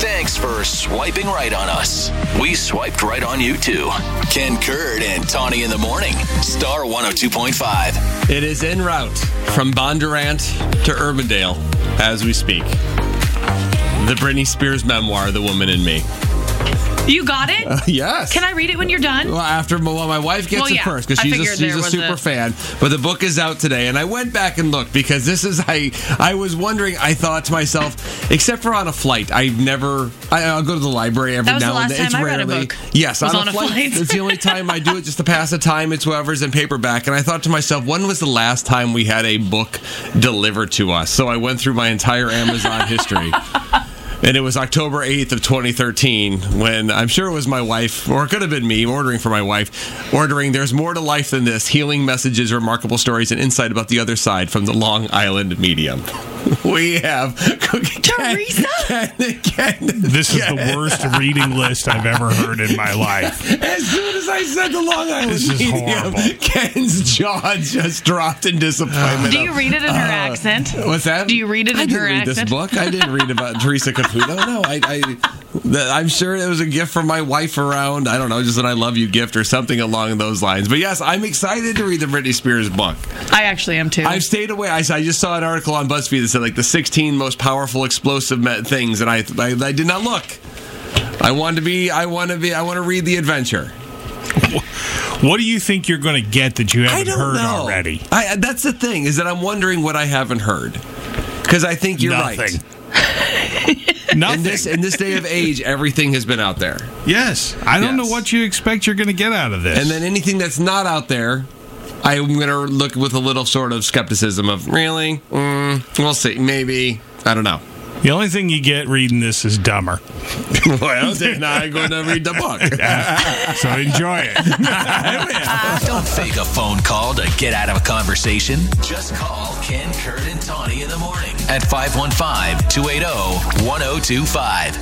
Thanks for swiping right on us. We swiped right on you too. Ken Kurd and Tawny in the Morning, Star 102.5. It is en route from Bondurant to Urbandale as we speak. The Britney Spears memoir, The Woman in Me. You got it? Uh, Yes. Can I read it when you're done? Well, after well, my wife gets Well, it yeah. first because I she's a, figured she's there a was super a- fan. But the book is out today, and I went back and looked because this is I I was wondering. I thought to myself, except for on a flight, I've never. I, I'll go to the library every That was now the and last then. it's time I read rarely. a book, Yes, was on, on a a flight. flight. it's the only time I do it just to pass the time. It's whoever's in paperback. And I thought to myself, when was the last time we had a book delivered to us? So I went through my entire Amazon history. And it was October 8th of 2013 when I'm sure it was my wife, or it could have been me ordering for my wife, ordering There's More to Life Than This Healing Messages, Remarkable Stories, and Insight About the Other Side from the Long Island Medium. We have Cookie Ken- Teresa? Ken- Ken- This is the worst reading list I've ever heard in my life. As soon as I said the Long Island This is Medium, horrible. Ken's jaw just dropped in disappointment. Do you read it in her Uh, accent? What's that? Do you read it I in didn't her read this accent? book. I didn't read about Teresa Caputo. No, I, I, that- I'm sure it was a gift from my wife around. I don't know, just an "I love you" gift or something along those lines. But yes, I'm excited to read the Britney Spears book. I actually am too. I've stayed away. I, I just saw an article on BuzzFeed that said like the 16 most powerful explosive me- things, and I, I, I did not look. I want to be. I want to be. I want to read the adventure. What do you think you're going to get that you haven't I don't heard know. already? I, that's the thing is that I'm wondering what I haven't heard because I think you're right. Nothing. Nothing. in this in this day of age, everything has been out there, yes. I don't Yes. know what you expect you're going to get out of this. and then anything that's not out there, I'm gonna look with a little sort of skepticism of really, mm, we'll see, maybe I don't know. the only thing you get reading this is dumber. well, then I'm going to read the book. so enjoy it. Don't fake a phone call to get out of a conversation. Just call oh Ken Kurd and Tawny in the Morning at 515 280 1025.